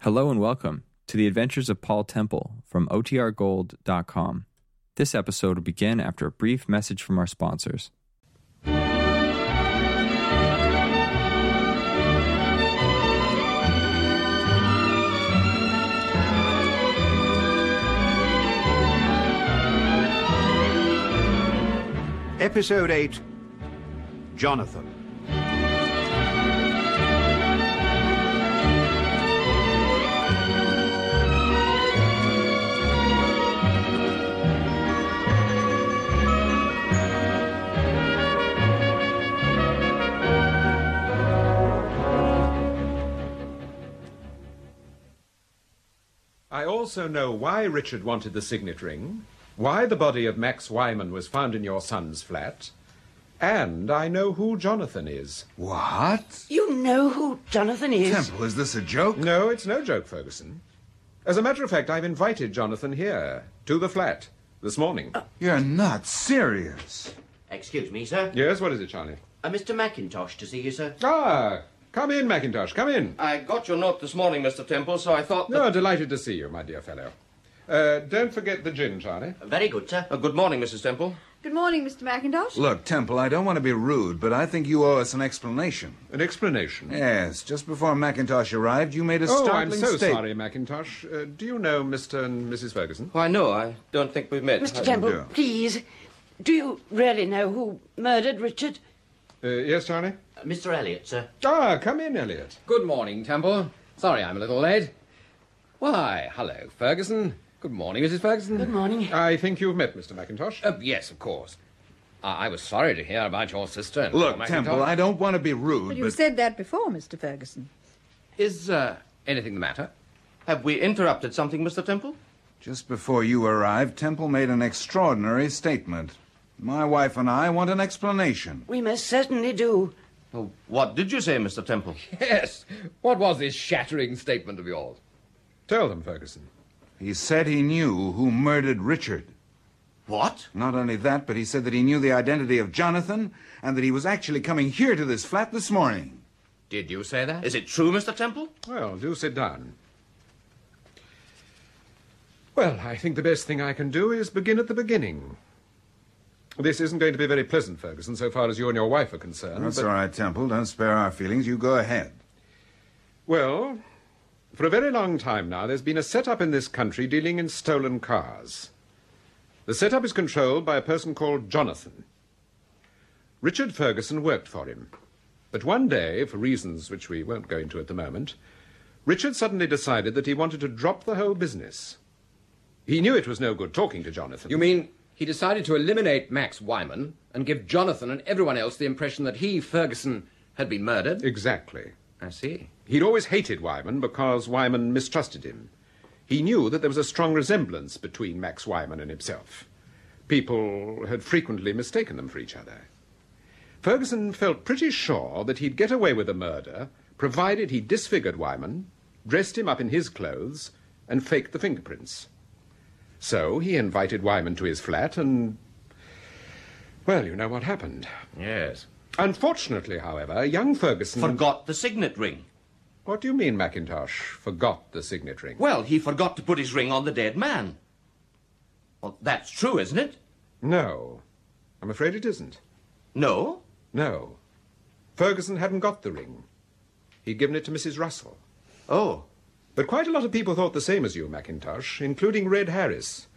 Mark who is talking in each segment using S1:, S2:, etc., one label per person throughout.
S1: Hello and welcome to the adventures of Paul Temple from OTRGold.com. This episode will begin after a brief message from our sponsors.
S2: Episode 8 Jonathan.
S3: I also know why Richard wanted the signet ring, why the body of Max Wyman was found in your son's flat, and I know who Jonathan is.
S4: What?
S5: You know who Jonathan is?
S4: Temple, is this a joke?
S3: No, it's no joke, Ferguson. As a matter of fact, I've invited Jonathan here, to the flat, this morning.
S4: You're not serious.
S5: Excuse me, sir.
S3: yes, what is it, Charlie?
S5: Uh, Mr. McIntosh to see you, sir.
S3: Ah, come in, Macintosh, come in.
S6: I got your note this morning, Mr. Temple, so I
S7: Uh,
S6: thought. That...
S3: No, delighted to see you, my dear fellow. Uh, don't forget the gin, Charlie.
S5: Very good, sir.
S6: Uh, good morning, Mrs. Temple.
S8: Good morning, Mr. McIntosh.
S4: Look, Temple, I don't want to be rude, but I think you owe us an explanation.
S3: An explanation.
S4: Yes, just before McIntosh arrived, you made a
S3: Oh, I'm
S4: Uh, startling
S3: so
S4: statement.
S3: sorry, Macintosh. Uh, do you know Mr. and Mrs. Ferguson?
S6: Why, no, I don't think we've met.
S5: Mr.
S6: I-
S5: Temple,
S4: do.
S5: please. Do you really know who murdered Richard?
S3: Uh, yes, Charlie?
S5: Uh, Mr. Elliot, sir.
S3: Ah, come in, Elliot.
S9: Good morning, Temple. Sorry I'm a little late. Why, hello, Ferguson. Good morning, Mrs. Ferguson.
S5: Good morning.
S3: I think you've met Mr. McIntosh.
S9: Uh, yes, of course. I-, I was sorry to hear about your sister. and
S4: Look,
S9: Mr.
S4: Temple,
S9: McIntosh.
S4: I don't want to be rude, but,
S8: But you said that before, Mr. Ferguson.
S9: Is uh, anything the matter?
S6: Have we interrupted something, Mr. Temple?
S4: just before you arrived, Temple made an extraordinary statement. My wife and I want an explanation.
S5: We most certainly do.
S6: Oh, What did you say, Mr. Temple?
S9: Yes. What was this shattering statement of yours?
S3: Tell them, Ferguson.
S4: He said he knew who murdered Richard.
S6: What?
S4: Not only that, but he said that he knew the identity of Jonathan and that he was actually coming here to this flat this morning.
S9: Did you say that?
S6: Is it true, Mr. Temple?
S3: Well, do sit down. Well, I think the best thing I can do is begin at the beginning. This isn't going to be very pleasant, Ferguson, so far as you and your wife are concerned.
S4: That's
S3: but-
S4: all right, Temple. Don't spare our feelings. You go ahead.
S3: Well, for a very long time now, there's been a setup in this country dealing in stolen cars. The setup is controlled by a person called Jonathan. Richard Ferguson worked for him. But one day, for reasons which we won't go into at the moment, Richard suddenly decided that he wanted to drop the whole business. He knew it was no good talking to Jonathan.
S9: You mean he decided to eliminate Max Wyman and give Jonathan and everyone else the impression that he, Ferguson, had been murdered?
S3: Exactly.
S9: I see.
S3: He'd always hated Wyman because Wyman mistrusted him. He knew that there was a strong resemblance between Max Wyman and himself. People had frequently mistaken them for each other. Ferguson felt pretty sure that he'd get away with a murder provided he disfigured Wyman, dressed him up in his clothes, and faked the fingerprints. So he invited Wyman to his flat and. Well, you know what happened.
S9: Yes.
S3: Unfortunately, however, young Ferguson.
S6: Forgot the signet ring.
S3: What do you mean, Macintosh? Forgot the signet ring?
S6: Well, he forgot to put his ring on the dead man. Well, that's true, isn't it?
S3: No. I'm afraid it isn't.
S6: No.
S3: No. Ferguson hadn't got the ring. He'd given it to Mrs. Russell.
S6: Oh.
S3: But quite a lot of people thought the same as you, Macintosh, including Red Harris.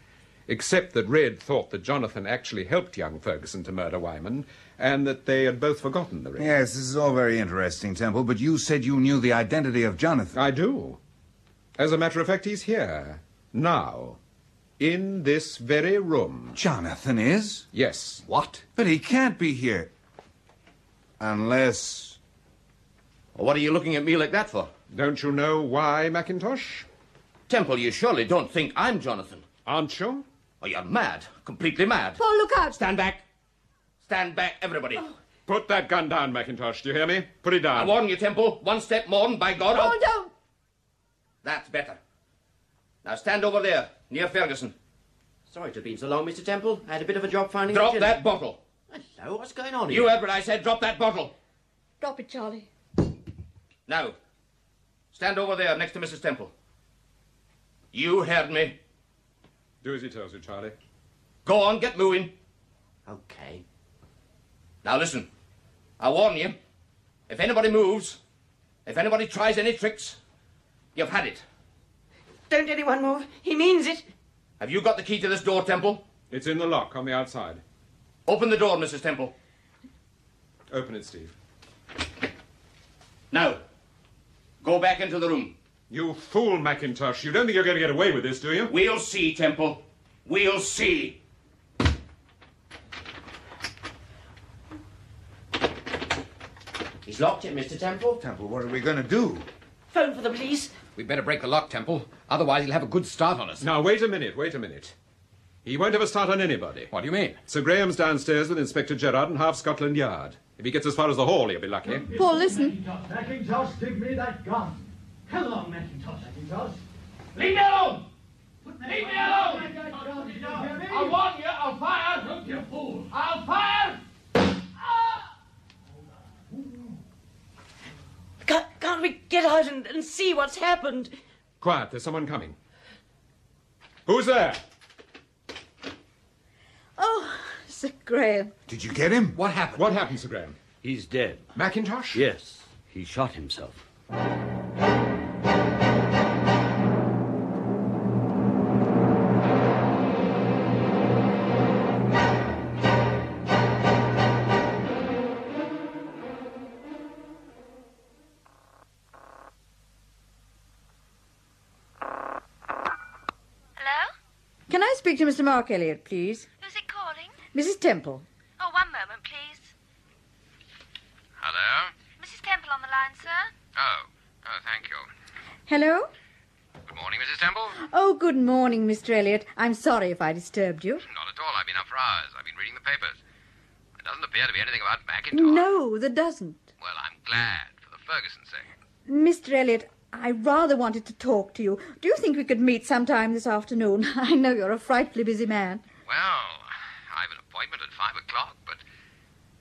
S3: Except that Red thought that Jonathan actually helped young Ferguson to murder Wyman, and that they had both forgotten the ring.
S4: Yes, this is all very interesting, Temple, but you said you knew the identity of Jonathan.
S3: I do. As a matter of fact, he's here. Now. In this very room.
S4: Jonathan is?
S3: Yes.
S6: What?
S4: But he can't be here. Unless.
S6: What are you looking at me like that for?
S3: Don't you know why, Macintosh?
S6: Temple, you surely don't think I'm Jonathan.
S3: Aren't you?
S6: Oh, you're mad. Completely mad.
S8: Paul, look out.
S6: Stand back. Stand back, everybody.
S3: Put that gun down, Macintosh. Do you hear me? Put it
S6: I
S3: down.
S7: Uh,
S6: warn you, Temple. One step more, and by God,
S8: Paul,
S6: I'll...
S8: don't.
S6: That's better. Now stand over there, near Ferguson.
S5: Sorry to have been so long, Mr. Temple. I had a bit of a job finding
S6: Drop
S5: Richard.
S6: that bottle.
S5: Hello, what's going on here?
S6: You heard what I said. Drop that bottle.
S8: Drop it, Charlie.
S6: Now.
S7: Stand over there next to Mrs. Temple. You heard me.
S3: Do as he tells you, Charlie.
S7: Go on, get moving. Okay. Now listen. I warn you. If anybody moves, if anybody tries any tricks, you've had it.
S5: Don't anyone move. He means it.
S7: Have you got the key to this door, Temple?
S3: It's in the lock on the outside.
S7: Open the door, Mrs. Temple.
S3: Open it, Steve.
S7: Now, go back into the room.
S3: You fool, Macintosh. You don't think you're going to get away with this, do you?
S7: We'll see, Temple. We'll see. He's locked it, Mr. Temple.
S4: Temple, what are we going to do?
S5: Phone for the police.
S9: We'd better break the lock, Temple. Otherwise, he'll have a good start on us.
S3: Now, wait a minute, wait a minute. He won't have a start on anybody.
S9: What do you mean?
S3: Sir Graham's downstairs with Inspector Gerard and half Scotland Yard. If he gets as far as the hall, he'll be lucky.
S8: Paul, listen.
S10: Macintosh, give me that gun. Come along, Macintosh. Macintosh.
S7: Leave me alone!
S10: Leave me alone! I
S7: I warn you, I'll fire!
S10: Don't you fool!
S7: I'll fire!
S5: Can't, can't we get out and, and see what's happened?
S3: Quiet, there's someone coming. Who's there?
S8: Oh, Sir Graham.
S4: Did you get him?
S9: What happened?
S3: What happened, Sir Graham?
S6: He's dead.
S3: Macintosh?
S6: Yes, he shot himself.
S11: Hello?
S8: Can I speak to Mr. Mark Elliot, please?
S11: Who's it calling?
S8: Mrs. Temple.
S11: Oh, one moment, please.
S12: Hello?
S11: Mrs. Temple on the line, sir.
S12: Oh, oh, thank you.
S8: Hello?
S12: Good morning, Mrs. Temple.
S8: Oh, good morning, Mr. Elliot. I'm sorry if I disturbed you.
S12: Not at all. I've been up for hours. I've been reading the papers. There doesn't appear to be anything about Macintosh.
S8: No, there doesn't.
S12: Well, I'm glad for the Ferguson sake.
S8: Mr. Elliot, I rather wanted to talk to you. Do you think we could meet sometime this afternoon? I know you're a frightfully busy man.
S12: Well, I've an appointment at five o'clock, but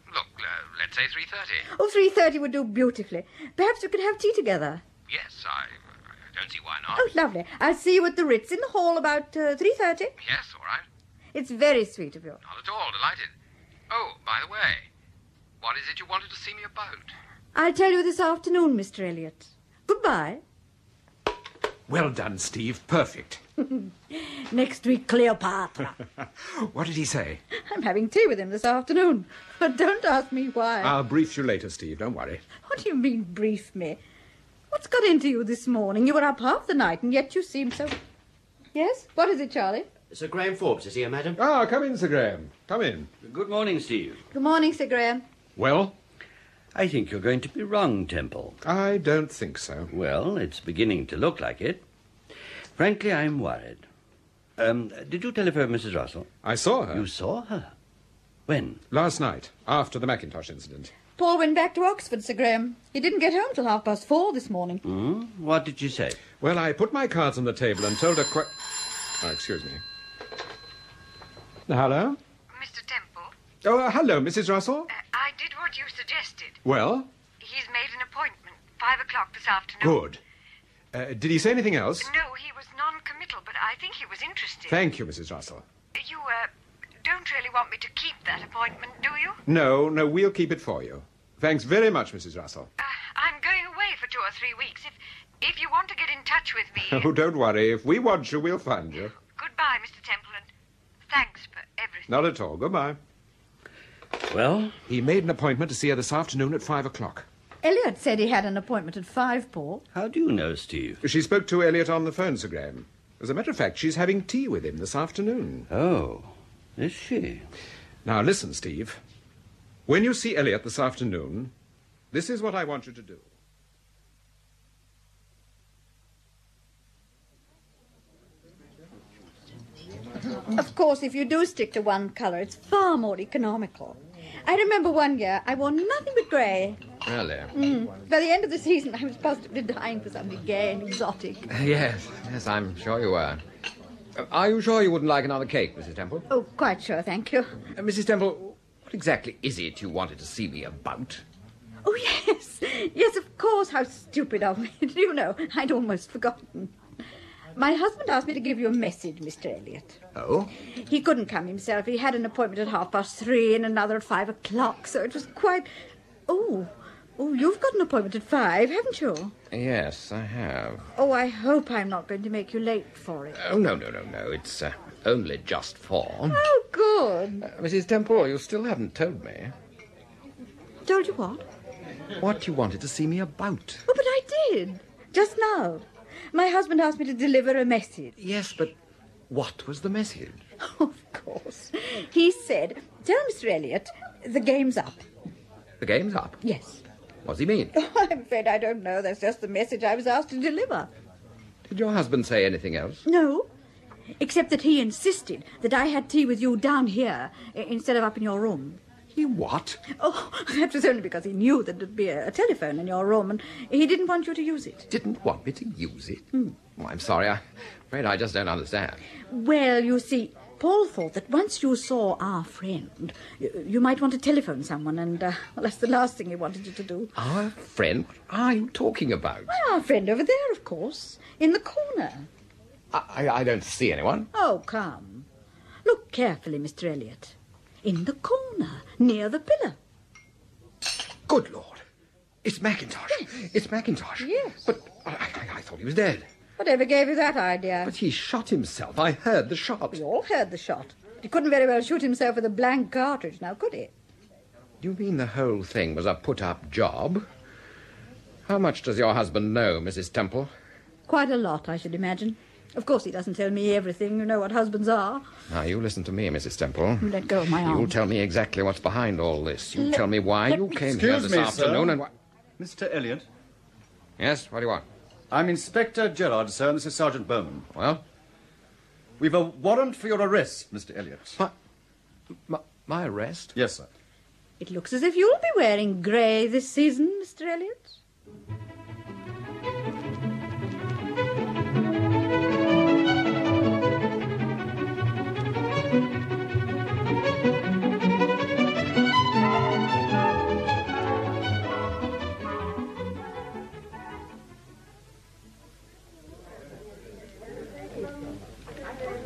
S12: look, uh, let's say three thirty.
S8: Oh, three thirty would do beautifully. Perhaps we could have tea together.
S12: Yes, I, I don't see why not.
S8: Oh, lovely. I'll see you at the Ritz in the hall about uh, three thirty.
S12: Yes, all right.
S8: It's very sweet of you.
S12: Not at all. Delighted. Oh, by the way, what is it you wanted to see me about?
S8: I'll tell you this afternoon, Mr. Elliot. Goodbye.
S3: Well done, Steve. Perfect.
S8: Next week, Cleopatra.
S3: What did he say?
S8: I'm having tea with him this afternoon, but don't ask me why.
S3: I'll brief you later, Steve. Don't worry.
S8: what do you mean, brief me? What's got into you this morning? You were up half the night, and yet you seem so. Yes? What is it, Charlie?
S6: Sir Graham Forbes is here, madam.
S3: Ah, come in, Sir Graham. Come in.
S6: Good morning, Steve.
S8: Good morning, Sir Graham.
S3: Well,
S6: I think you're going to be wrong, Temple.
S3: I don't think so.
S6: Well, it's beginning to look like it. Frankly, I'm worried. Um, did you telephone Mrs. Russell?
S3: I saw her
S6: You saw her? When?
S3: last night after the Macintosh incident.
S8: Paul went back to Oxford, Sir Graham. He didn't get home till half past four this morning.
S6: Hmm? What did she say?
S3: Well, I put my cards on the table and told her quite. Oh, excuse me. Hello?
S11: Mr. Temple,
S3: Oh, uh, hello, Mrs. Russell.
S11: uh, I did what you suggested.
S3: Well,
S11: He's made an appointment, five o'clock this afternoon.
S3: good. Uh, did he say anything else?
S11: No, he was non-committal, but I think he was interested.
S3: Thank you, Mrs. Russell.
S11: you uh, don't really want me to keep that appointment, do you?
S3: No, no, we'll keep it for you. Thanks very much, Mrs. Russell.
S11: Uh, I'm going away for two or three weeks. If if you want to get in touch with me,
S3: Oh, don't worry. If we want you, we'll find you.
S11: goodbye, Mr. Temple, and thanks for everything.
S3: Not at all. Goodbye.
S6: Well,
S3: He made an appointment to see her this afternoon at five o'clock.
S8: Elliot said he had an appointment at five, Paul.
S6: how do you know, Steve?
S3: She spoke to Elliot on the phone, Sir Graham. As a matter of fact, she's having tea with him this afternoon.
S6: Oh, is she?
S3: Now, listen, Steve. When you see Elliot this afternoon, this is what I want you to do.
S8: Of course, if you do stick to one colour, it's far more economical. I remember one year I wore nothing but grey.
S3: Really?
S8: By the end of the season, I was positively dying for something gay and exotic.
S9: Yes, yes, I'm sure you were. Uh, Are you sure you wouldn't like another cake, Mrs. Temple?
S8: Oh, quite sure, thank you.
S9: Uh, Mrs. Temple, what exactly is it you wanted to see me about?
S8: Oh, yes. yes, of course. How stupid of me. Do you know, I'd almost forgotten. My husband asked me to give you a message, Mr. Elliot.
S13: Oh?
S8: He couldn't come himself. He had an appointment at half past three and another at five o'clock, so it was quite. Oh, oh, you've got an appointment at five, haven't you?
S3: Yes, I have.
S8: Oh, I hope I'm not going to make you late for it.
S3: Oh, no, no, no, no. It's uh, only just four.
S8: Oh, good.
S3: Uh, Mrs. Temple, you still haven't told me
S8: Told you what?
S3: what you wanted to see me about.
S8: Oh, but I did. Just now. My husband asked me to deliver a message.
S3: Yes, but what was the message?
S8: Of course. He said, Tell Mr. Elliot, the game's up.
S3: The game's up.
S8: Yes.
S3: What's he mean?
S8: I'm afraid I don't know. That's just the message I was asked to deliver.
S3: Did your husband say anything else?
S8: No. Except that he insisted that I had tea with you down here i- instead of up in your room.
S3: He what?
S8: Oh, that was only because he knew that there'd be a, a telephone in your room and he didn't want you to use it.
S3: Didn't want me to use it? Oh, I'm sorry. I'm afraid I just don't understand.
S8: Well, you see, Paul thought that once you saw our friend, you, you might want to telephone someone, and uh, well, that's the last thing he wanted you to do.
S3: Our friend? What are you talking about?
S8: Why, our friend over there, of course, in the corner.
S3: I, I, I don't see anyone.
S8: Oh, come. Look carefully, Mr. Elliot. In the corner, near the pillar.
S3: Good Lord. It's Macintosh. It's Macintosh.
S8: Yes.
S3: But I, I, I thought he was dead.
S8: Whatever gave you that idea?
S3: But he shot himself. I heard the shot.
S8: We all heard the shot. He couldn't very well shoot himself with a blank cartridge, now could he?
S3: You mean the whole thing was a put up job? How much does your husband know, Mrs. Temple?
S8: Quite a lot, I should imagine. Of course, he doesn't tell me everything. You know what husbands are.
S14: Ah,
S3: Now, you listen to me, Mrs. Temple.
S8: Let go of my arm.
S3: You'll tell me exactly what's behind all this. You
S8: Let-
S3: tell me why
S8: let
S3: you
S8: me-
S3: came here
S2: Excuse
S3: this
S2: me,
S3: afternoon
S2: sir.
S3: and why.
S2: Mr. Elliot.
S3: Yes, what do you want?
S2: I'm Inspector Gerard, sir, and this is Sergeant Bowman.
S3: Well?
S2: We've a warrant for your arrest, Mr. Elliot.
S3: My, my, my arrest?
S2: Yes, sir.
S8: It looks as if you'll be wearing grey this season, Mr. Elliot.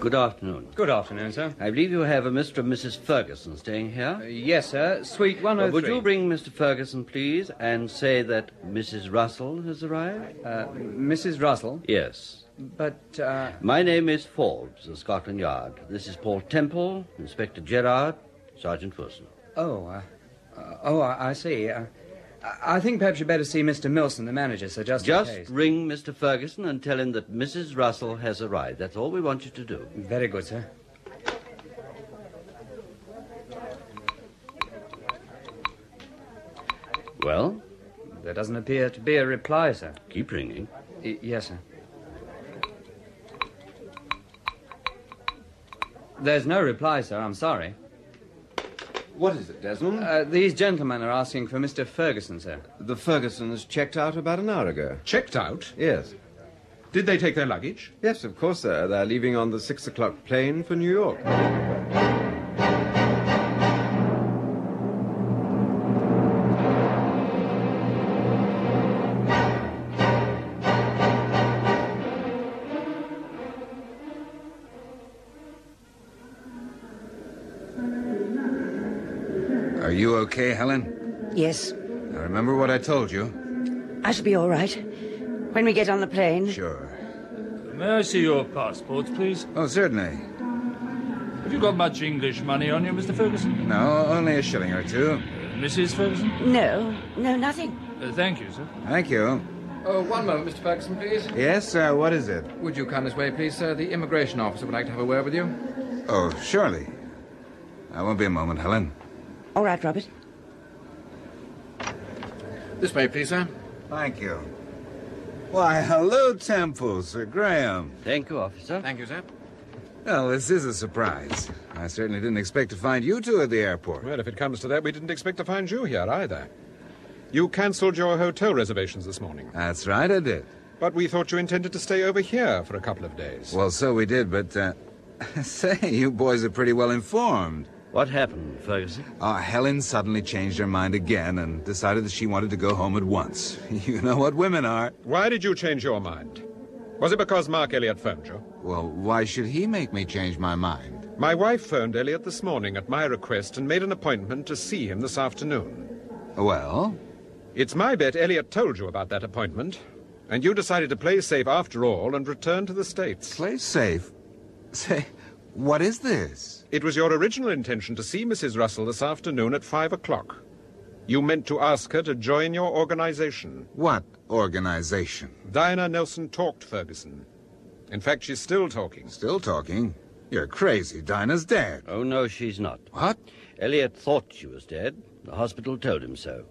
S6: Good afternoon.
S14: Good afternoon, sir.
S6: I believe you have a Mr. and Mrs. Ferguson staying here.
S14: yes, sir. Suite
S6: Well,
S14: 103.
S6: would you bring Mr. Ferguson, please, and say that Mrs. Russell has arrived?
S14: Uh, Mrs. Russell?
S6: Yes.
S14: But, uh...
S6: My name is Forbes of Scotland Yard. This is Paul Temple, Inspector Gerard, Sergeant Wilson.
S14: Oh, uh, uh, oh, I, I see. Uh, I I think perhaps you'd better see Mr. Milson, the manager, sir, just,
S6: Just
S14: in case.
S6: ring Mr. Ferguson and tell him that Mrs. Russell has arrived. That's all we want you to do.
S14: Very good, sir.
S6: Well?
S14: There doesn't appear to be a reply, sir.
S6: Keep ringing.
S14: Y- yes, sir. There's no reply, sir. I'm sorry.
S15: What is it, Desmond?
S14: Uh, these gentlemen are asking for Mr. Ferguson, sir.
S15: The Fergusons checked out about an hour ago.
S16: Checked out?
S15: Yes.
S16: Did they take their luggage?
S15: Yes, of course, sir. They're leaving on the six o'clock plane for New York.
S4: Are you okay, Helen?
S17: Yes,
S4: Now remember what I told you.
S17: I shall be all right. When we get on the plane.
S4: Sure.
S7: May I see your passports, please?
S4: Oh, certainly.
S7: Have you got much English money on you, Mr. Ferguson?
S4: No, only a shilling or two.
S7: Mrs. Ferguson?
S17: No, no, nothing.
S7: Uh, thank you, sir.
S4: Thank you.
S18: Oh, one moment, Mr. Ferguson, please.
S4: Yes, sir. What is it?
S18: Would you come this way, please, sir? The immigration officer would like to have a word with you.
S4: Oh, surely. I won't be a moment, Helen.
S17: All right, Robert.
S18: This way, please, sir.
S4: Thank you. Why, hello, Temple, Sir Graham.
S6: Thank you, officer.
S18: Thank you, sir.
S4: Well, this is a surprise. I certainly didn't expect to find you two at the airport.
S16: Well, if it comes to that, we didn't expect to find you here either. You cancelled your hotel reservations this morning.
S4: That's right, I did.
S16: But we thought you intended to stay over here for a couple of days.
S4: Well, so we did, but, uh, say, you boys are pretty well informed.
S6: What happened, Ferguson?
S4: Ah, Helen suddenly changed her mind again and decided that she wanted to go home at once. You know what women are.
S3: Why did you change your mind? Was it because Mark Elliot phoned you?
S4: Well, why should he make me change my mind?
S3: My wife phoned Elliot this morning at my request and made an appointment to see him this afternoon.
S4: Well?
S3: It's my bet Elliot told you about that appointment, and you decided to play safe after all and return to the States.
S4: Play safe? Say, what is this?
S3: It was your original intention to see Mrs. Russell this afternoon at five o'clock. You meant to ask her to join your organization.
S4: What organization?
S3: Diana Nelson talked, Ferguson. In fact, she's still talking.
S4: Still talking? You're crazy. Dinah's dead.
S6: Oh, no, she's not.
S4: What?
S6: Elliot thought she was dead. The hospital told him so.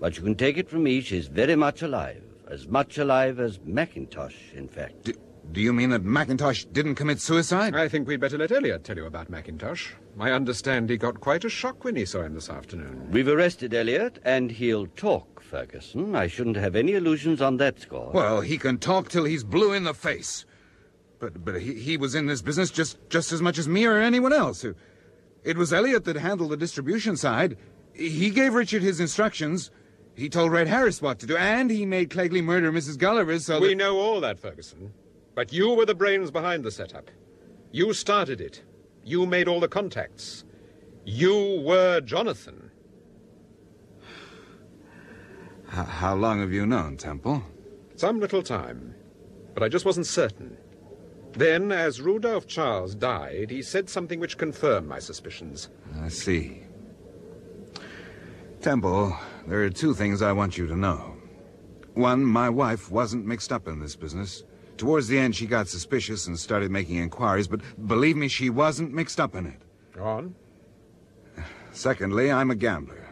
S6: But you can take it from me, she's very much alive. As much alive as Macintosh, in fact.
S4: Do, do you mean that Macintosh didn't commit suicide?
S3: I think we'd better let Elliot tell you about Macintosh. I understand he got quite a shock when he saw him this afternoon.
S6: We've arrested Elliot, and he'll talk, Ferguson. I shouldn't have any illusions on that score.
S4: Well, Oh, he can talk till he's blue in the face. But but he, he was in this business just just as much as me or anyone else. It was Elliot that handled the distribution side. He gave Richard his instructions. He told Red Harris what to do, and he made Clegley murder Mrs. Gulliver so
S3: We
S4: that...
S3: know all that, Ferguson. But you were the brains behind the setup. You started it. You made all the contacts. You were Jonathan.
S4: How, how long have you known Temple?
S3: Some little time. But I just wasn't certain. Then, as Rudolph Charles died, he said something which confirmed my suspicions.
S4: I see. Temple, there are two things I want you to know. One, my wife wasn't mixed up in this business. Towards the end, she got suspicious and started making inquiries, but believe me, she wasn't mixed up in it.
S3: Go on.
S4: Secondly, I'm a gambler.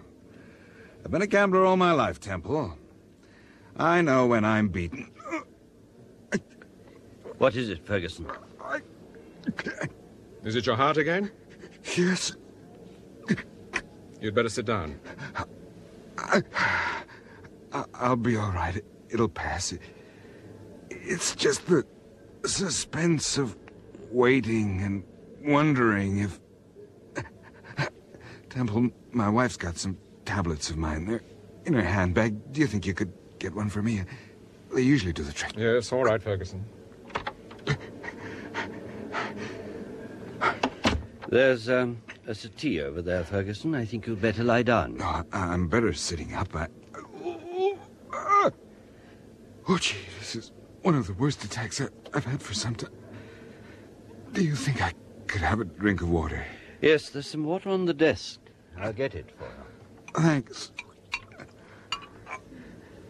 S4: I've been a gambler all my life, Temple. I know when I'm beaten.
S6: What is it, Ferguson?
S3: Is it your heart again?
S4: Yes.
S3: You'd better sit down.
S4: I, will be all right. It'll pass. It's just the suspense of waiting and wondering if. Temple, my wife's got some tablets of mine. They're in her handbag. Do you think you could get one for me? They usually do the trick.
S3: Yes, all right, Ferguson.
S6: There's um, a settee over there, Ferguson. I think you'd better lie down.
S4: No, I, am better sitting up. I... Oh, gee, this is one of the worst attacks I, have had for some time. Do you think I could have a drink of water?
S6: Yes, there's some water on the desk. I'll get it for you.
S4: Thanks.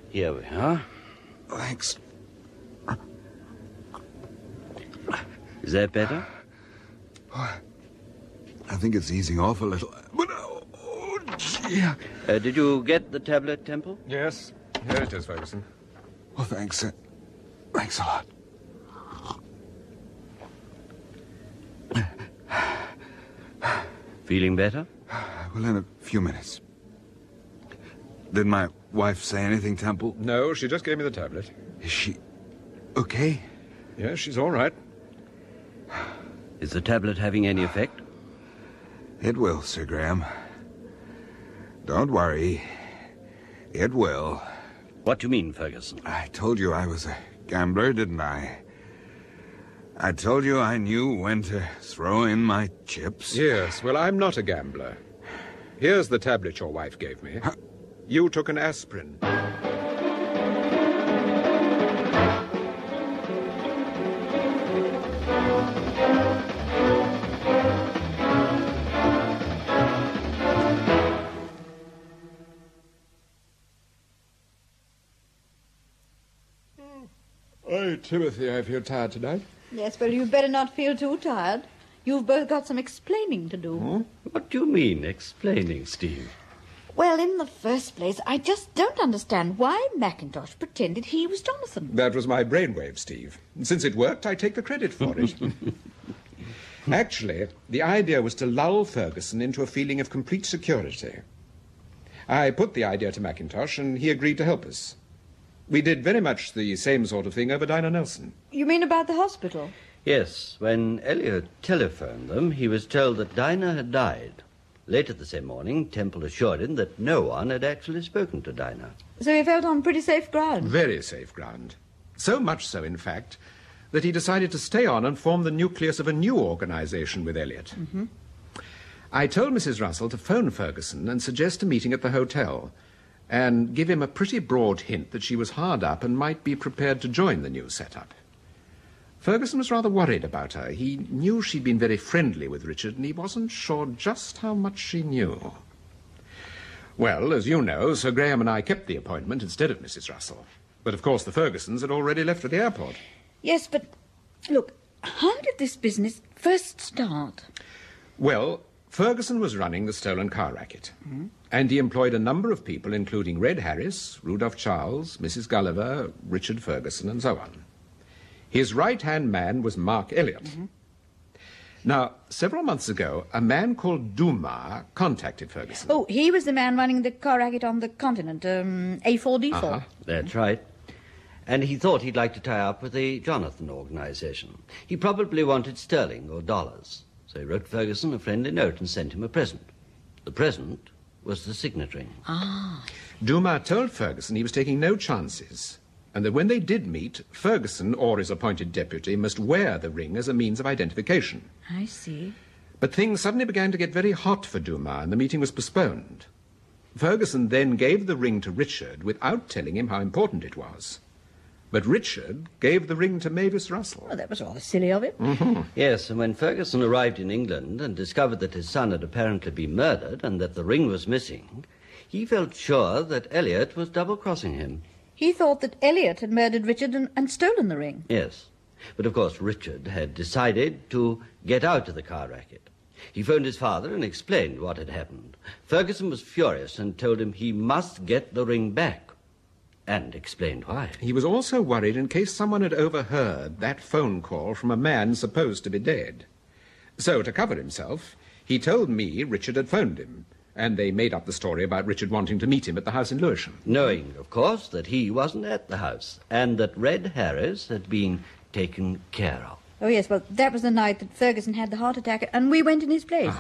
S6: Here we are.
S4: Thanks.
S6: Is that better?
S4: Oh. I think it's easing off a little. But oh, oh gee.
S6: Uh, did you get the tablet, Temple?
S3: Yes. Here it is, Ferguson.
S4: Well, thanks. Uh, thanks a lot.
S6: Feeling better?
S4: Well, in a few minutes. Did my wife say anything, Temple?
S3: No, she just gave me the tablet.
S4: Is she okay?
S3: Yeah, she's all right.
S6: Is the tablet having any effect?
S4: It will, Sir Graham. Don't worry. It will.
S6: What do you mean, Ferguson?
S4: I told you I was a gambler, didn't I? I told you I knew when to throw in my chips.
S3: Yes, well, I'm not a gambler. Here's the tablet your wife gave me.
S4: Huh?
S3: You took an aspirin.
S19: Timothy, I feel tired tonight.
S8: Yes, well, you better not feel too tired. You've both got some explaining to do.
S6: Hmm? What do you mean, explaining, Steve?
S8: Well, in the first place, I just don't understand why Macintosh pretended he was Jonathan.
S3: That was my brainwave, Steve. Since it worked, I take the credit for it. Actually, the idea was to lull Ferguson into a feeling of complete security. I put the idea to Macintosh, and he agreed to help us. We did very much the same sort of thing over Dinah Nelson.
S8: You mean about the hospital?
S6: Yes. When Elliot telephoned them, he was told that Dinah had died. Later the same morning, Temple assured him that no one had actually spoken to Dinah.
S8: So he felt on pretty safe ground.
S3: Very safe ground. So much so, in fact, that he decided to stay on and form the nucleus of a new organization with Elliot.
S8: Mm-hmm.
S3: I told Mrs. Russell to phone Ferguson and suggest a meeting at the hotel and give him a pretty broad hint that she was hard up and might be prepared to join the new setup. Ferguson was rather worried about her. He knew she'd been very friendly with Richard, and he wasn't sure just how much she knew. Well, as you know, Sir Graham and I kept the appointment instead of Mrs. Russell. But of course, the Fergusons had already left for the airport.
S8: Yes, but look, how did this business first start?
S3: Well, Ferguson was running the stolen car racket.
S8: Hmm?
S3: And he employed a number of people, including Red Harris, Rudolph Charles, Mrs. Gulliver, Richard Ferguson, and so on. His right hand man was Mark Elliot. Now, several months ago, a man called Dumar contacted Ferguson.
S8: Oh, he was the man running the car racket on the continent, um, A4D4.
S6: That's right. And he thought he'd like to tie up with the Jonathan organization. He probably wanted sterling or dollars. So he wrote Ferguson a friendly note and sent him a present. The present was the signet ring.
S8: Ah.
S3: Dumar told Ferguson he was taking no chances, and that when they did meet, Ferguson or his appointed deputy must wear the ring as a means of identification.
S8: I see.
S3: But things suddenly began to get very hot for Dumar, and the meeting was postponed. Ferguson then gave the ring to Richard without telling him how important it was. But Richard gave the ring to Mavis Russell.
S8: Well, that was rather silly of him.
S6: Yes, and when Ferguson arrived in England and discovered that his son had apparently been murdered and that the ring was missing, he felt sure that Elliot was double crossing him.
S8: He thought that Elliot had murdered Richard and, and stolen the ring.
S6: Yes. But of course, Richard had decided to get out of the car racket. He phoned his father and explained what had happened. Ferguson was furious and told him he must get the ring back and explained why.
S3: He was also worried in case someone had overheard that phone call from a man supposed to be dead. So, to cover himself, he told me Richard had phoned him, and they made up the story about Richard wanting to meet him at the house in Lewisham.
S6: Knowing, of course, that he wasn't at the house and that Red Harris had been taken care of.
S8: Oh, yes, well, that was the night that Ferguson had the heart attack and we went in his place.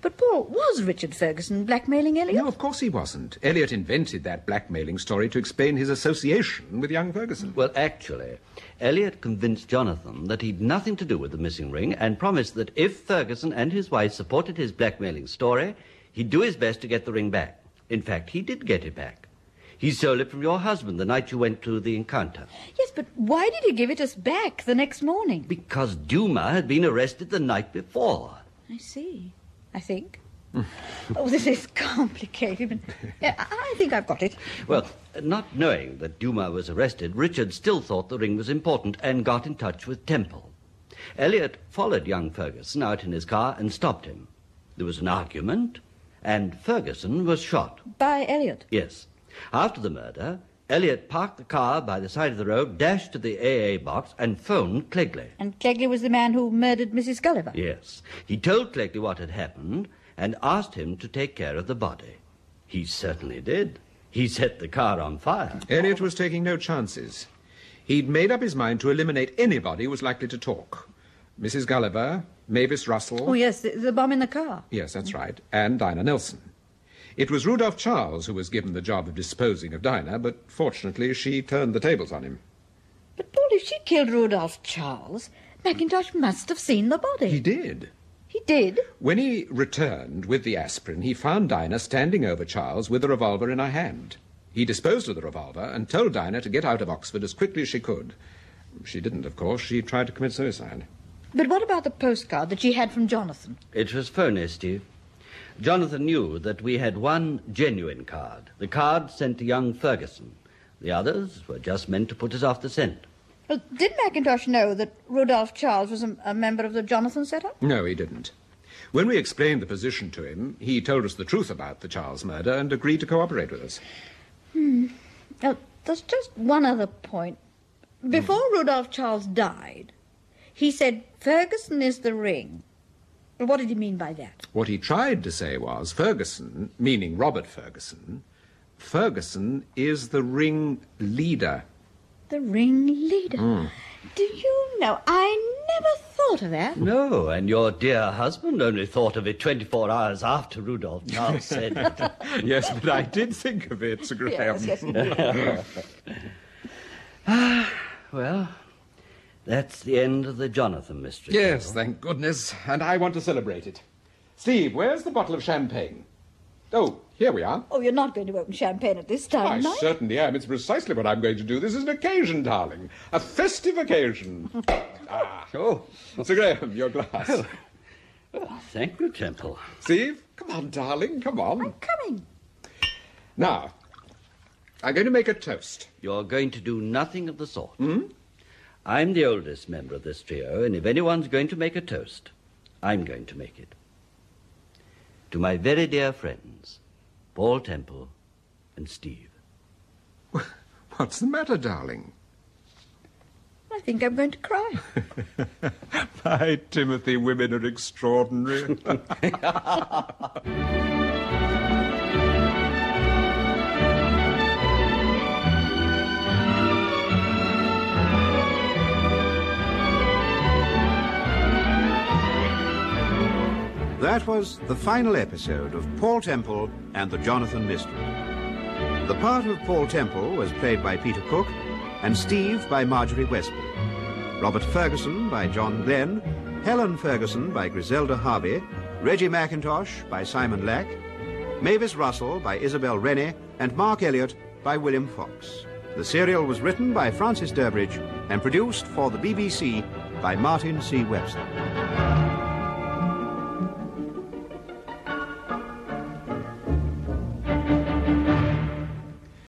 S8: But, Paul, was Richard Ferguson blackmailing Elliot?
S3: No, of course he wasn't. Elliot invented that blackmailing story to explain his association with young Ferguson.
S6: Well, actually, Elliot convinced Jonathan that he'd nothing to do with the missing ring and promised that if Ferguson and his wife supported his blackmailing story, he'd do his best to get the ring back. In fact, he did get it back. He stole it from your husband the night you went to the encounter.
S8: Yes, but why did he give it us back the next morning?
S6: Because Duma had been arrested the night before.
S8: I see. I think. oh, this is complicated. But, yeah, I I think I've got it.
S6: Well, not knowing that Duma was arrested, Richard still thought the ring was important and got in touch with Temple. Elliot followed young Ferguson out in his car and stopped him. There was an argument, and Ferguson was shot.
S8: By Elliot.
S6: Yes. After the murder, Elliot parked the car by the side of the road, dashed to the AA box, and phoned Clegley.
S8: And Clegley was the man who murdered Mrs. Gulliver.
S6: Yes. He told Clegley what had happened and asked him to take care of the body. He certainly did. He set the car on fire.
S3: Elliot was taking no chances. He'd made up his mind to eliminate anybody who was likely to talk Mrs. Gulliver, Mavis Russell.
S8: Oh, yes, the, the bomb in the car.
S3: Yes, that's right. And Dinah Nelson. It was Rudolph Charles who was given the job of disposing of Dinah, but fortunately she turned the tables on him.
S8: But, Paul, if she killed Rudolph Charles, Mackintosh must have seen the body.
S3: He did.
S8: He did?
S3: When he returned with the aspirin, he found Dinah standing over Charles with a revolver in her hand. He disposed of the revolver and told Dinah to get out of Oxford as quickly as she could. She didn't, of course. She tried to commit suicide.
S8: But what about the postcard that she had from Jonathan?
S6: It was phony, Steve. Jonathan knew that we had one genuine card, the card sent to young Ferguson. The others were just meant to put us off the scent.
S8: Well, did Mackintosh know that Rudolph Charles was a, a member of the Jonathan setup?
S3: No, he didn't. When we explained the position to him, he told us the truth about the Charles murder and agreed to cooperate with us.
S8: Hmm. Now, there's just one other point. Before Rudolph Charles died, he said Ferguson is the ring. What did he mean by that?
S3: What he tried to say was Ferguson, meaning Robert Ferguson, Ferguson is the ring leader.
S8: The ringleader. Do you know, I never thought of that.
S6: No, and your dear husband only thought of it 24 hours after Rudolf Charles said it.
S4: yes, but I did think of it, Sir Graham.
S6: Yes, yes, you did. Ah, well, that's the end of the Jonathan mystery.
S3: Yes, thank goodness. And I want to celebrate it. Steve, where's the bottle of champagne? Oh, here we are.
S8: Oh, you're not going to open champagne at this time,
S3: I
S8: Mike?
S3: certainly am. It's precisely what I'm going to do. This is an occasion, darling. A festive occasion. ah. Oh, Sir Graham, your glass.
S6: thank you, Temple.
S3: Steve, come on, darling, come on. I'm
S8: coming.
S3: Now, I'm going to make a toast.
S6: You're going to do nothing of the sort. I'm the oldest member of this trio, and if anyone's going to make a toast, I'm going to make it. To my very dear friends, Paul Temple and Steve.
S3: What's the matter, darling?
S8: I think I'm going to cry.
S4: My Timothy, women are extraordinary.
S2: That was the final episode of Paul Temple and the Jonathan Mystery. The part of Paul Temple was played by Peter Cook and Steve by Marjorie Westby. Robert Ferguson by John Glenn, Helen Ferguson by Griselda Harvey, Reggie McIntosh by Simon Lack, Mavis Russell by Isabel Rennie, and Mark Elliott by William Fox. The serial was written by Francis Durbridge and produced for the BBC by Martin C. Webster.